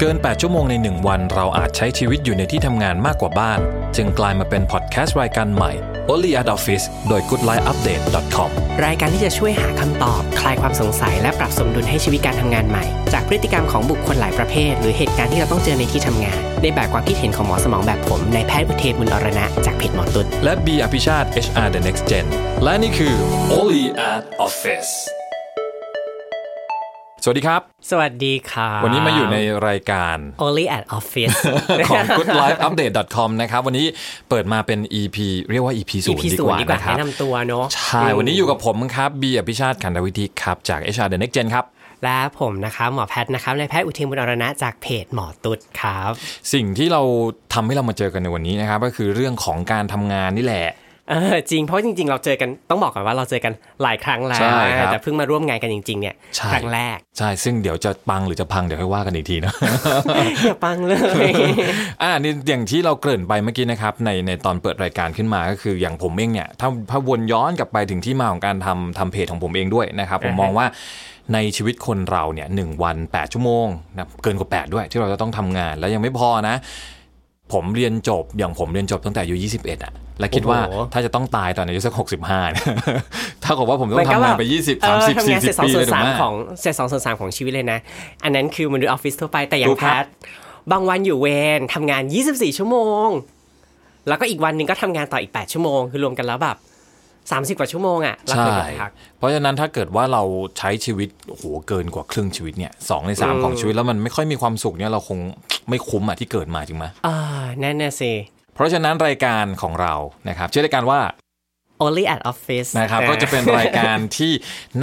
เกิน 8 ชั่วโมงใน 1 วัน เราอาจใช้ชีวิตอยู่ในที่ทำงานมากกว่าบ้าน จึงกลายมาเป็นพอดแคสต์รายการใหม่ Only at Office โดย goodlifeupdate.com รายการที่จะช่วยหาคำตอบ คลายความสงสัยและปรับสมดุลให้ชีวิตการทำงานใหม่ จากพฤติกรรมของบุคคลหลายประเภท หรือเหตุการณ์ที่เราต้องเจอในที่ทำงาน ในแบบความคิดเห็นของหมอสมองแบบผมนายแพทย์อุเทนบุญอรณะจากเพจหมอตุ๊ด และ B อภิชาติ HR the next gen และนี่คือ Only at Office สวัสดีครับ สวัสดีค่ะ วันนี้มาอยู่ในรายการ Only at Office ของ goodlifeupdate.com นะครับ วันนี้เปิดมาเป็น EP เรียกว่า EP ศูนย์ EP ดี ศู ก น ว่า ย์ดีกว่า นะครับ แนะนำตัวเนาะ ใช่ วันนี้อยู่กับผมครับบีอภิชาติขันธวิธีครับ จาก HR The Next Gen ครับ และผมนะคะหมอแพทย์นะครับนายแพทย์อุเทนบุญอรณะจากเพจหมอตุ๊ดครับ สิ่งที่เราทำให้เรามาเจอกันในวันนี้นะครับ ก็คือเรื่องของการทำงานนี่แหละ เออจริงเพราะจริง ๆ เราเจอกันต้องบอกก่อนว่าเราเจอกันหลายครั้งแล้ว ใช่ครับ แต่เพิ่งมาร่วมงานกันจริง ๆ เนี่ย ใช่ ครั้งแรก ใช่ ซึ่งเดี๋ยวจะปังหรือจะพังเดี๋ยวค่อยว่ากันอีกทีนะ อย่าปังเลย อ่านี่อย่างที่เราเกริ่นไปเมื่อกี้นะครับในในตอนเปิดรายการขึ้นมาก็คืออย่างผมเองเนี่ยถ้าถ้าวนย้อนกลับไปถึงที่มาของการทำทำเพจของผมเองด้วยนะครับผมมองว่าในชีวิตคนเราเนี่ยหนึ่งวัน 8 ชั่วโมงนะเกินกว่า 8 ด้วยที่เราจะต้องทำงานแล้วยังไม่พอนะ ผมเรียนจบอย่างผมเรียนจบตั้งแต่อายุ21อ่ะและคิดว่า โอ้โห ถ้าจะต้องตายตอนอายุสัก65เนี่ย ถ้ากับว่าผมต้องทำงานไป 20 เออ 30 ทำงานเสร็จ 40 สอ ปี งส่ เล วย น ถูก สาม ไหม ของเสร็จสองส่วนสามของชีวิตเลยนะ อันนั้นคือมนุษย์ออฟฟิศทั่วไปแต่อย่า ถู ง กค แพ รับ ทย์บางวันอยู่เวรทำงาน 24 ชั่วโมง แล้วก็อีกวันหนึ่งก็ทำงานต่ออีก 8 ชั่วโมง คือรวมกันแล้วแบบ 30 กว่าชั่วโมงอ่ะแล้วก็ ใช่ หยุดพัก เพราะฉะนั้นถ้าเกิดว่าเราใช้ชีวิตโอ้โหเกินกว่าครึ่งชีวิตเนี่ยสองในสามของชีวิตแล้วมันไม่ค่อยมีความสุขเนี่ยเราคง ไม่คุ้มอ่ะที่เกิดมาจริงไหม อ่านั่นน่ะสิ เพราะฉะนั้นรายการของเรานะครับชื่อรายการว่า only at office นะครับก็จะเป็นรายการที่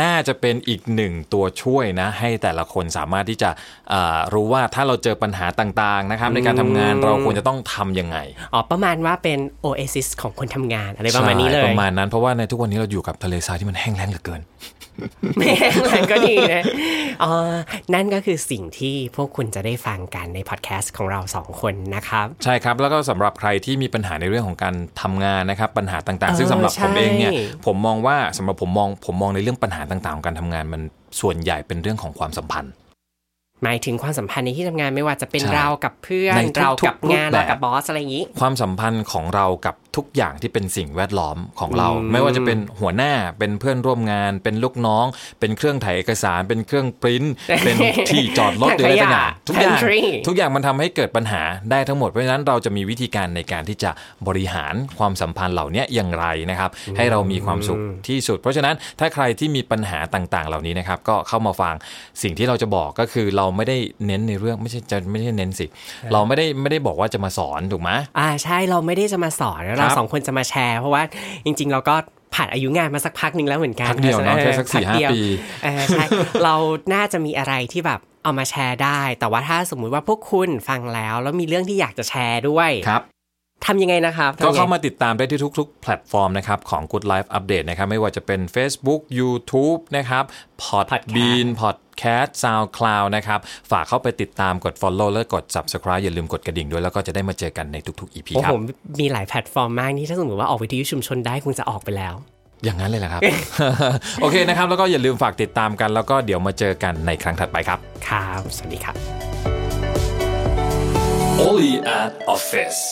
น่าจะเป็นอีกหนึ่งตัวช่วยนะให้แต่ละคนสามารถที่จะเอ่อรู้ว่าถ้าเราเจอปัญหาต่างๆนะครับในการทำงานเราควรจะต้องทำยังไง อ๋อประมาณว่าเป็น oasis ของคนทำงานอะไรประมาณนี้เล ใช่ ย ประมาณนั้นเพราะว่าในทุกวันนี้เราอยู่กับทะเลทรายที่มันแห้งแล้งเหลือเกิน แม่งมันก็ดีนะอ๋อนั่นก็คือสิ่งที่พวกคุณจะได้ฟังกันในพอดแคสต์ของเราสองคนนะครับ ใช่ครับ แล้วก็สำหรับใครที่มีปัญหาในเรื่องของการทำงานนะครับ ปัญหาต่างๆเออ ซึ่งสำหรับผมเองเนี่ย ใช่ ผมมองว่าสำหรับผมมองผมมองในเรื่องปัญหาต่างๆของการทำงานมันส่วนใหญ่เป็นเรื่องของความสัมพันธ์ หมายถึงความสัมพันธ์ในที่ทำงานไม่ว่าจะเป็น ใช่ เรากับเพื่อน ในทุกๆ เรากับงาน รูปแบบ เรากับบอสอะไรอย่างนี้ ความสัมพันธ์ของเรากับทุกอย่างที่เป็นสิ่งแวดล้อมของเรา อืม ไม่ว่าจะเป็นหัวหน้าเป็นเพื่อนร่วมงาน เป็นลูกน้อง เป็นเครื่องถ่ายเอกสาร เป็นเครื่องป ริ้นเป็นที่จอดรถหรืออะไรต่าง ๆทุกอย่าง Pantry ทุกอย่างมันทำให้เกิดปัญหาได้ทั้งหมด เพราะฉะนั้นเราจะมีวิธีการในการที่จะบริหารความสัมพันธ์เหล่านี้อย่างไรนะครับ ให้เรามีความสุขที่สุด เพราะฉะนั้นถ้าใครที่มีปัญหาต่างๆ เหล่านี้นะครับ ก็เข้ามาฟังสิ่งที่เราจะบอกก็คือเราไม่ได้เน้นในเรื่องไม่ใช่จะไม่ใช่เน้นสิ เราไม่ได้ไม่ได้บอกว่าจะมาสอนถูกไหม อ่าใช่เราไม่ได้จะมาสอนเรา ครับ สองคนจะมาแชร์ เพราะว่าจริง ๆ เราก็ผ่านอายุงานมาสักพักหนึ่งแล้วเหมือนกัน พักเดียวเนอะแค่สัก พั 4-5 เดียว ปี เออใช่ เราน่าจะมีอะไรที่แบบเอามาแชร์ได้ แต่ว่าถ้าสมมุติว่าพวกคุณฟังแล้ว แล้วมีเรื่องที่อยากจะแชร์ด้วย ครับ ทำยังไงนะครับทำ ก็ ยังไง เข้ามาติดตามได้ที่ทุก ๆ แพลตฟอร์มนะครับของ Good Life Update นะครับไม่ว่าจะเป็น Facebook YouTube นะครับ Podbean Podcast SoundCloud นะครับ ฝากเข้าไปติดตามกด Follow และกด Subscribe อย่าลืมกดกระดิ่งด้วย แล้วก็จะได้มาเจอกันในทุก ๆ EP โอ้ ครั โห บ มีหลายแพลตฟอร์มมากนี่ถ้าสมมติว่าออกวิทยุชุมชนได้คงจะออกไปแล้ว อย่างนั้นเลยนะครับ โอเคนะครับ แล้วก็อย่าลืมฝากติดตามกัน แล้วก็เดี๋ยวมาเจอกันในครั้งถัดไปครับ ครับ สวัสดีครับ Only at Office